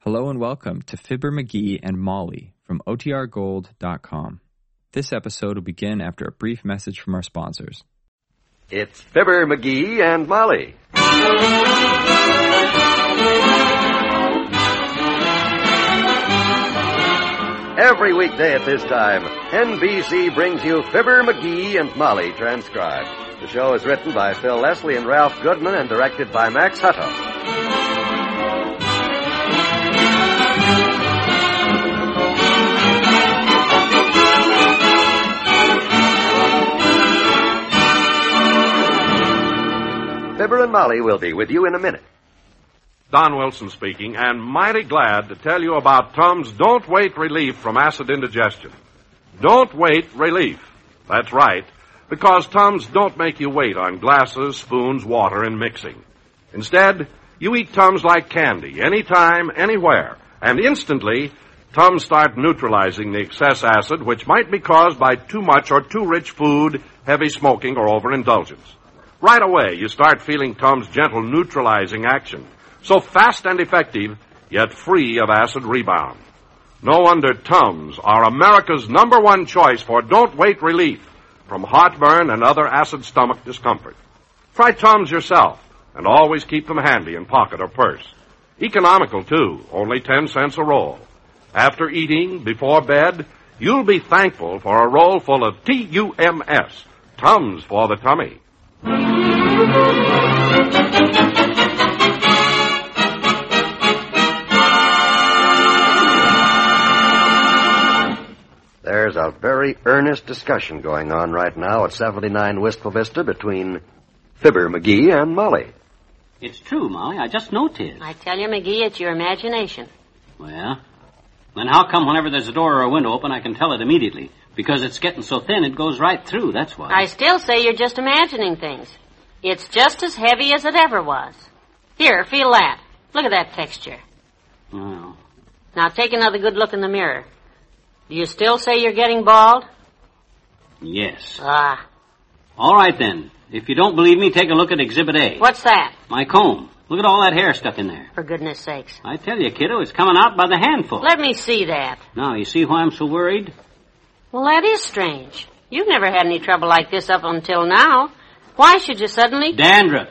Hello and welcome to Fibber McGee and Molly from OTRGold.com. This episode will begin after a brief message from our sponsors. It's Fibber McGee and Molly. Every weekday at this time, NBC brings you Fibber McGee and Molly transcribed. The show is written by Phil Leslie and Ralph Goodman and directed by Max Hutto. Fibber and Molly will be with you in a minute. Don Wilson speaking, and mighty glad to tell you about Tums Don't Wait Relief from Acid Indigestion. Don't wait relief. That's right, because Tums don't make you wait on glasses, spoons, water, and mixing. Instead, you eat Tums like candy, anytime, anywhere, and instantly, Tums start neutralizing the excess acid which might be caused by too much or too rich food, heavy smoking, or overindulgence. Right away, you start feeling Tums' gentle neutralizing action. So fast and effective, yet free of acid rebound. No wonder Tums are America's number one choice for don't wait relief from heartburn and other acid stomach discomfort. Try Tums yourself and always keep them handy in pocket or purse. Economical, too, only 10 cents a roll. After eating, before bed, you'll be thankful for a roll full of T-U-M-S, Tums for the tummy. There's a very earnest discussion going on right now at 79 Wistful Vista between Fibber McGee and Molly. It's true, Molly. I just know 'tis. I tell you, McGee, it's your imagination. Well, then how come whenever there's a door or a window open, I can tell it immediately? Because it's getting so thin, it goes right through. That's why. I still say you're just imagining things. It's just as heavy as it ever was. Here, feel that. Look at that texture. Well, Now take another good look in the mirror. Do you still say you're getting bald? yes. Ah, All right then. If you don't believe me, take a look at Exhibit A. what's that? My comb. Look at all that hair stuck in there. For goodness sakes. I tell you, kiddo, it's coming out by the handful. Let me see that. Now, you see why I'm so worried? Well, that is strange. You've never had any trouble like this up until now. Why should you suddenly? Dandruff.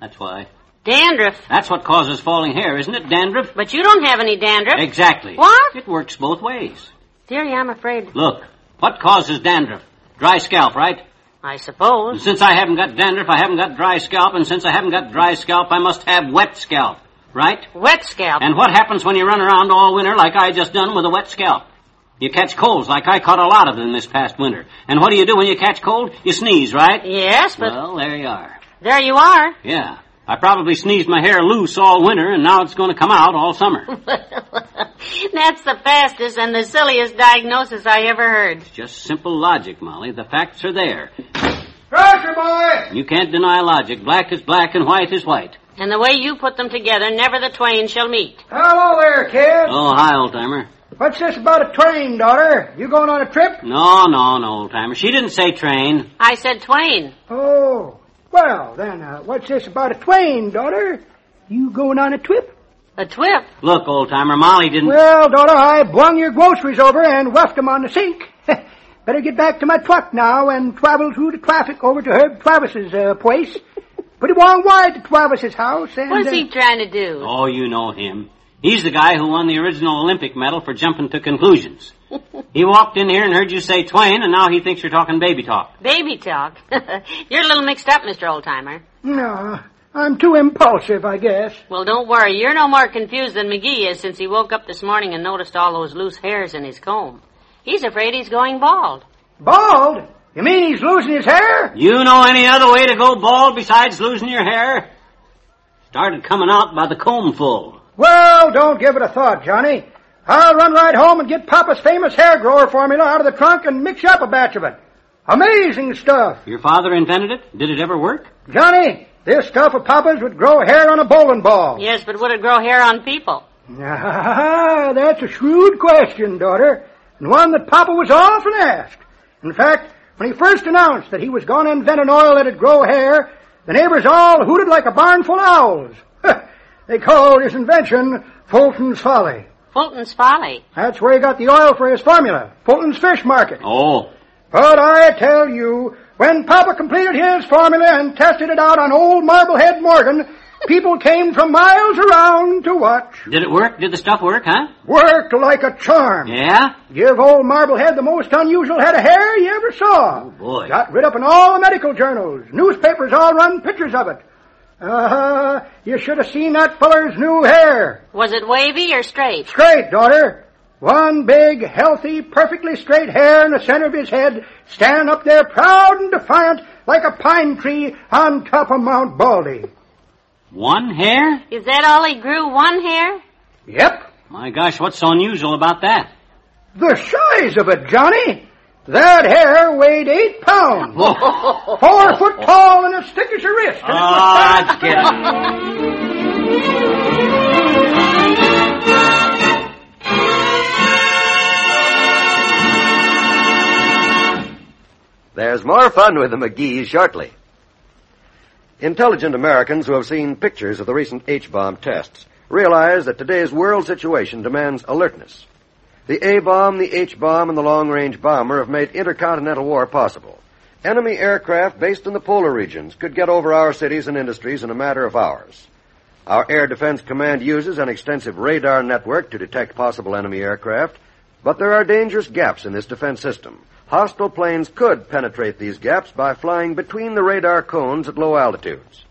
That's why. dandruff. That's what causes falling hair, isn't it? Dandruff? But you don't have any dandruff. Exactly. What? It works both ways. Dearie, I'm afraid. Look. What causes dandruff? Dry scalp, right? I And suppose. since I haven't got dandruff, I haven't got dry scalp, and since I haven't got dry scalp, I must have wet scalp, right? Wet scalp. And what happens when you run around all winter like I just done with a wet scalp? You catch colds like I caught a lot of them this past winter. And what do you do when you catch cold? You sneeze, right? Yes, but Well, there you are. there you are. Yeah. I probably sneezed my hair loose all winter, and now it's going to come out all summer. That's the fastest and the silliest diagnosis I ever heard. just simple logic, Molly. The facts are there. Crusher boy! You can't deny logic. Black is black and white is white. And the way you put them together, never the twain shall meet. Hello there, kid. Oh, hi, old timer. What's this about a train, daughter? You going on a trip? No, no, no, old timer. She didn't say train. I said twain. Oh, well, then, uh, what's this about a twain, daughter? You going on a trip? A twip. Look, old timer, Molly didn't. Well, daughter, I blung your groceries over and left 'em on the sink. Better get back to my truck now and travel through the traffic over to Herb Travis's uh, place. Pretty long wide to Travis's house and... What's uh, he trying to do? Oh, you know him. He's the guy who won the original Olympic medal for jumping to conclusions. he walked in here and heard you say twain, and now he thinks you're talking baby talk. Baby talk. You're a little mixed up, Mr. Oldtimer. No, I'm too impulsive, I guess. Well, don't worry. You're no more confused than McGee is since he woke up this morning and noticed all those loose hairs in his comb. He's afraid he's going bald. Bald? You mean he's losing his hair? You know any other way to go bald besides losing your hair? Started coming out by the combful. Well, don't give it a thought, Johnny. I'll run right home and get Papa's famous hair grower formula out of the trunk and mix up a batch of it. Amazing stuff. Your father invented it? Did it ever work? Johnny, this stuff of Papa's would grow hair on a bowling ball. Yes, but would it grow hair on people? Ah, that's a shrewd question, daughter, and one that Papa was often asked. In fact, when he first announced that he was going to invent an oil that'd grow hair, the neighbors all hooted like a barn full of owls. They called his invention Fulton's Folly. Fulton's Folly. That's where he got the oil for his formula, Fulton's Fish Market. Oh, But I tell you, when Papa completed his formula and tested it out on old Marblehead Morgan, people came from miles around to watch. did it work? Did the stuff work, huh? Worked like a charm. Yeah? Give old Marblehead the most unusual head of hair you ever saw. Oh, boy. Got rid up in all the medical journals. Newspapers all run pictures of it. Uh, you should have seen that feller's new hair. Was it wavy or straight? Straight, daughter. One big, healthy, perfectly straight hair in the center of his head, stand up there proud and defiant like a pine tree on top of Mount Baldy. One hair? Is that all he grew? One hair? Yep, My gosh, what's so unusual about that? the size of it, Johnny. That hair weighed eight pounds. Oh, Four foot tall and as thick as your wrist. And it was Ah, that's good. There's more fun with the McGees shortly. Intelligent Americans who have seen pictures of the recent H-bomb tests realize that today's world situation demands alertness. The A-bomb, the H-bomb, and the long-range bomber have made intercontinental war possible. Enemy aircraft based in the polar regions could get over our cities and industries in a matter of hours. Our Air Defense Command uses an extensive radar network to detect possible enemy aircraft, but there are dangerous gaps in this defense system. Hostile planes could penetrate these gaps by flying between the radar cones at low altitudes.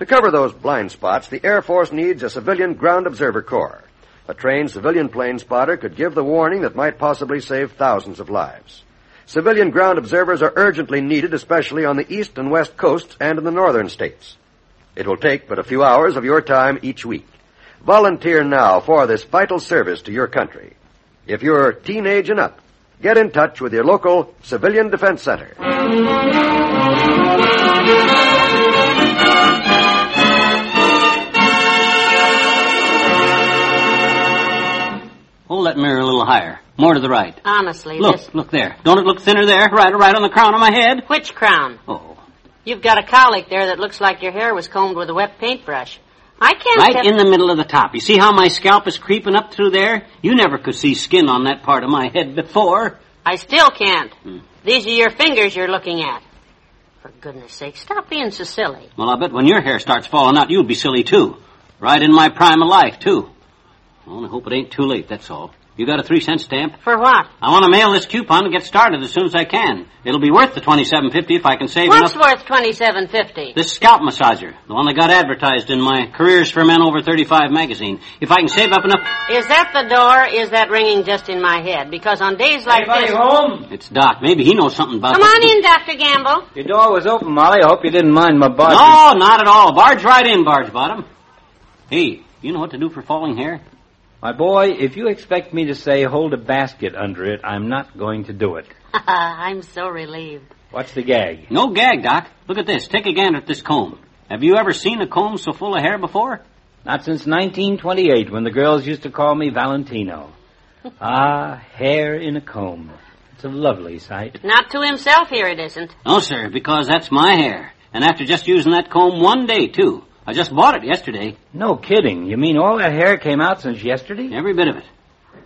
To cover those blind spots, the Air Force needs a civilian ground observer corps. A trained civilian plane spotter could give the warning that might possibly save thousands of lives. Civilian ground observers are urgently needed, especially on the east and west coasts and in the northern states. It will take but a few hours of your time each week. Volunteer now for this vital service to your country. If you're teenage and up, get in touch with your local Civilian Defense Center. Hold that mirror a little higher. More to the right. Honestly, this. Look, look there. Don't it look thinner there? Right, right on the crown of my head? Which crown? Oh. You've got a cowlick there that looks like your hair was combed with a wet paintbrush. I can't Right tell- in the middle of the top. You see how my scalp is creeping up through there? You never could see skin on that part of my head before. I still can't. Hmm. These are your fingers you're looking at. For goodness sake, stop being so silly. Well, I bet when your hair starts falling out, you'll be silly too. Right in my prime of life, too. Only hope it ain't too late, that's all. You got a three cent stamp? For what? I want to mail this coupon and get started as soon as I can. It'll be worth the twenty-seven fifty if I can save What's enough. worth twenty-seven fifty? This scalp massager, the one that got advertised in my Careers for Men Over 35 magazine. If I can save up enough... Is that the door? Is that ringing just in my head? Because on days like this, home? It's Doc. Maybe he knows something about come on in, Doctor Gamble. Your door was open, Molly. I hope you didn't mind my body. No, not at all. Barge right in, Barge Bottom. Hey, you know what to do for falling hair? My boy, if you expect me to say hold a basket under it, I'm not going to do it. I'm so relieved. What's the gag? No gag, Doc. Look at this. Take a gander at this comb. Have you ever seen a comb so full of hair before? Not since 1928 when the girls used to call me Valentino. ah, hair in a comb. It's a lovely sight. Not to himself here, it isn't. No, sir, because that's my hair. And after just using that comb one day, too. I just bought it yesterday. No kidding. You mean all that hair came out since yesterday? Every bit of it.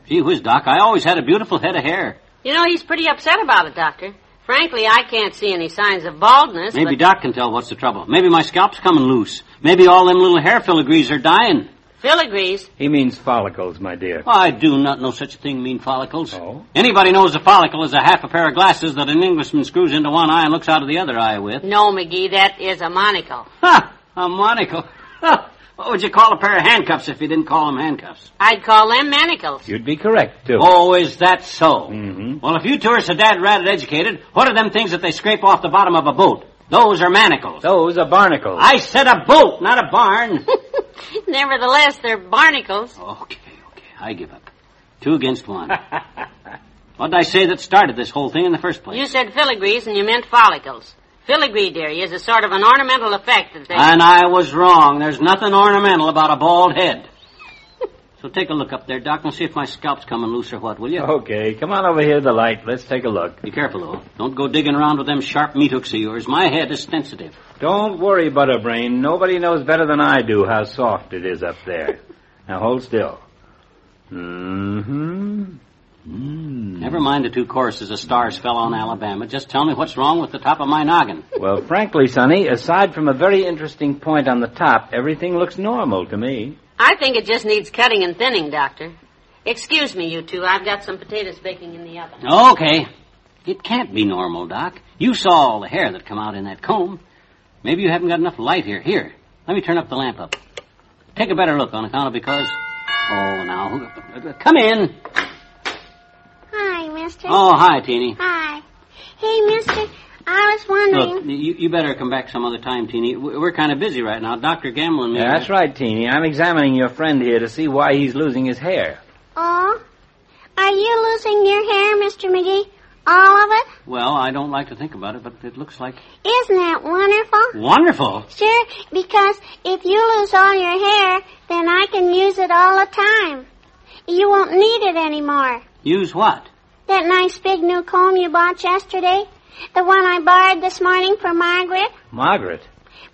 Gee whiz, Doc, I always had a beautiful head of hair. You know he's pretty upset about it, Doctor. Frankly, I can't see any signs of baldness. Maybe but Doc can tell what's the trouble. Maybe my scalp's coming loose. Maybe all them little hair filigrees are dying. Phil agrees. He means follicles, my dear. I do not know such a thing mean follicles. Oh? Anybody knows a follicle is a half a pair of glasses that an Englishman screws into one eye and looks out of the other eye with. No, McGee, that is a monocle. Ha! A monocle. Ha! What would you call a pair of handcuffs if you didn't call them handcuffs? I'd call them manacles. You'd be correct, too. Oh, is that so? Mhm. Well, if you tourists are dad ratted educated, what are them things that they scrape off the bottom of a boat? Those are manacles. Those are barnacles. I said a boat, not a barn. Nevertheless, they're barnacles. Okay, okay. I give up. Two against one. what did I say that started this whole thing in the first place? You said filigrees and you meant follicles. Filigree, dearie, is a sort of an ornamental effect that they... And I was wrong. There's nothing ornamental about a bald head. So take a look up there, Doc, and see if my scalp's coming loose or what, will you? Oh. Okay, come on over here to the light. Let's take a look. Be careful, though. Don't go digging around with them sharp meat hooks of yours. My head is sensitive. Don't worry, Butterbrain. Nobody knows better than I do how soft it is up there. now hold still. Mm-hmm. Hmm. Mm. Never mind the two choruses of stars fell on Alabama. Just tell me what's wrong with the top of my noggin. Well, frankly, Sonny, aside from a very interesting point on the top, everything looks normal to me. I think it just needs cutting and thinning, Doctor. Excuse me, you two. I've got some potatoes baking in the oven. Okay. It can't be normal, Doc. You saw all the hair that come out in that comb. Maybe you haven't got enough light here. Here, let me turn up the lamp up. Take a better look on account of because. Oh, now. who- Come in. Hi, mister. Oh, hi, Teeny. Hi. Hey, mister. I was Look, wondering. you, you better come back some other time, Teeny. We- We're kind of busy right now. Dr. Gamble and me. Yeah, that's right, Teeny. I'm examining your friend here to see why he's losing his hair. Oh, are you losing your hair, Mr. McGee? All of it? Well, I don't like to think about it, but it looks like Isn't that wonderful? wonderful. Sure, because if you lose all your hair, then I can use it all the time. You won't need it anymore. Use what? That nice big new comb you bought yesterday, the one I borrowed this morning for Margaret, Margaret.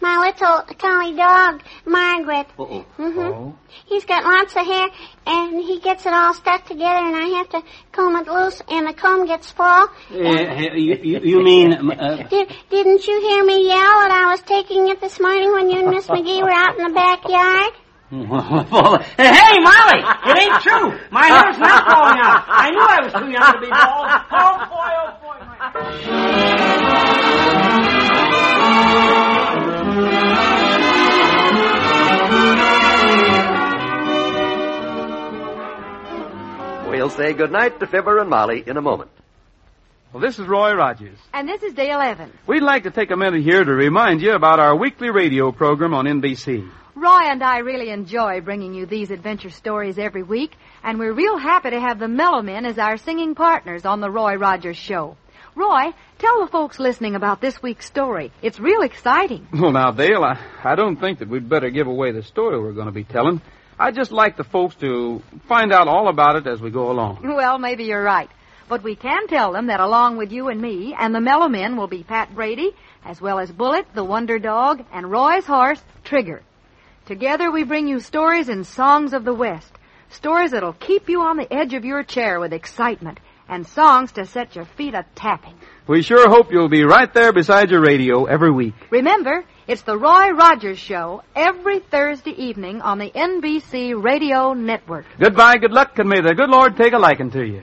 my little collie dog, Margaret. Uh-oh. hmm Oh. He's got lots of hair, and he gets it all stuck together, and I have to comb it loose, and the comb gets full. Uh, you, you, you mean... um, Uh, Did, didn't you hear me yell when I was taking it this morning when you and Miss McGee were out in the backyard? hey, Molly! It ain't true! My hair's not falling out! I knew I was too young to be bald. Oh, boy, oh, boy, my... We'll say goodnight to Fibber and Molly in a moment. Well, this is Roy Rogers. And this is Dale Evans. We'd like to take a minute here to remind you about our weekly radio program on NBC. Roy and I really enjoy bringing you these adventure stories every week, and we're real happy to have the Mellow Men as our singing partners on the Roy Rogers Show. Roy, tell the folks listening about this week's story. It's real exciting. Well, now, Dale, I, I don't think that we'd better give away the story we're going to be telling. I'd just like the folks to find out all about it as we go along. Well, maybe you're right. But we can tell them that along with you and me and the Mellow Men will be Pat Brady, as well as Bullet, the Wonder Dog, and Roy's horse, Trigger. Together we bring you stories and songs of the West. Stories that'll keep you on the edge of your chair with excitement, and songs to set your feet a tapping. We sure hope you'll be right there beside your radio every week. Remember, it's the Roy Rogers Show every Thursday evening on the NBC Radio Network. Goodbye, good luck, and may the good Lord take a liking to you.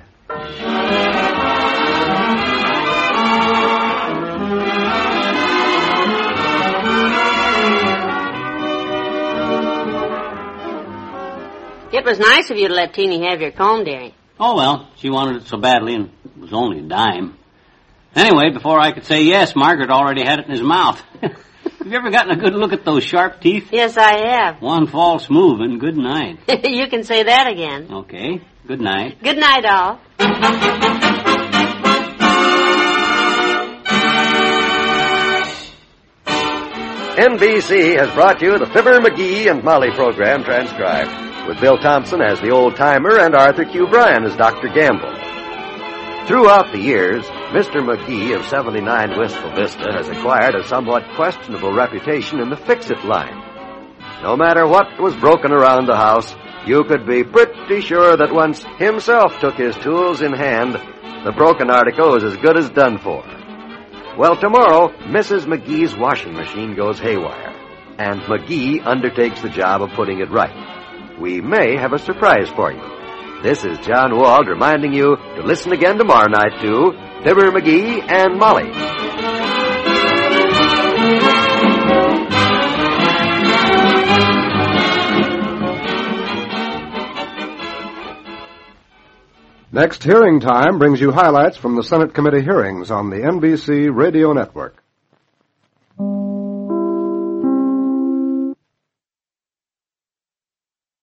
It was nice of you to let Teeny have your comb, dearie. Oh, well, she wanted it so badly, and it was only a dime. Anyway, before I could say yes, Margaret already had it in his mouth. have you ever gotten a good look at those sharp teeth? Yes, I One false move and good night. have. you can say that again. Okay, good night. Good night, all. NBC has brought you the Fibber, McGee, and Molly program transcribed, with Bill Thompson as the old timer and Arthur Q. Bryan as Dr. Gamble. Throughout the years, Mr. McGee of 79 Wistful Vista has acquired a somewhat questionable reputation in the fix-it line. No matter what was broken around the house, you could be pretty sure that once himself took his tools in hand, the broken article is as good as done for. Well, tomorrow, Mrs. McGee's washing machine goes haywire, and McGee undertakes the job of putting it right. We may have a surprise for you. This is John Wald reminding you to listen again tomorrow night to Fibber McGee and Molly. Next hearing time brings you highlights from the Senate committee hearings on the NBC Radio Network.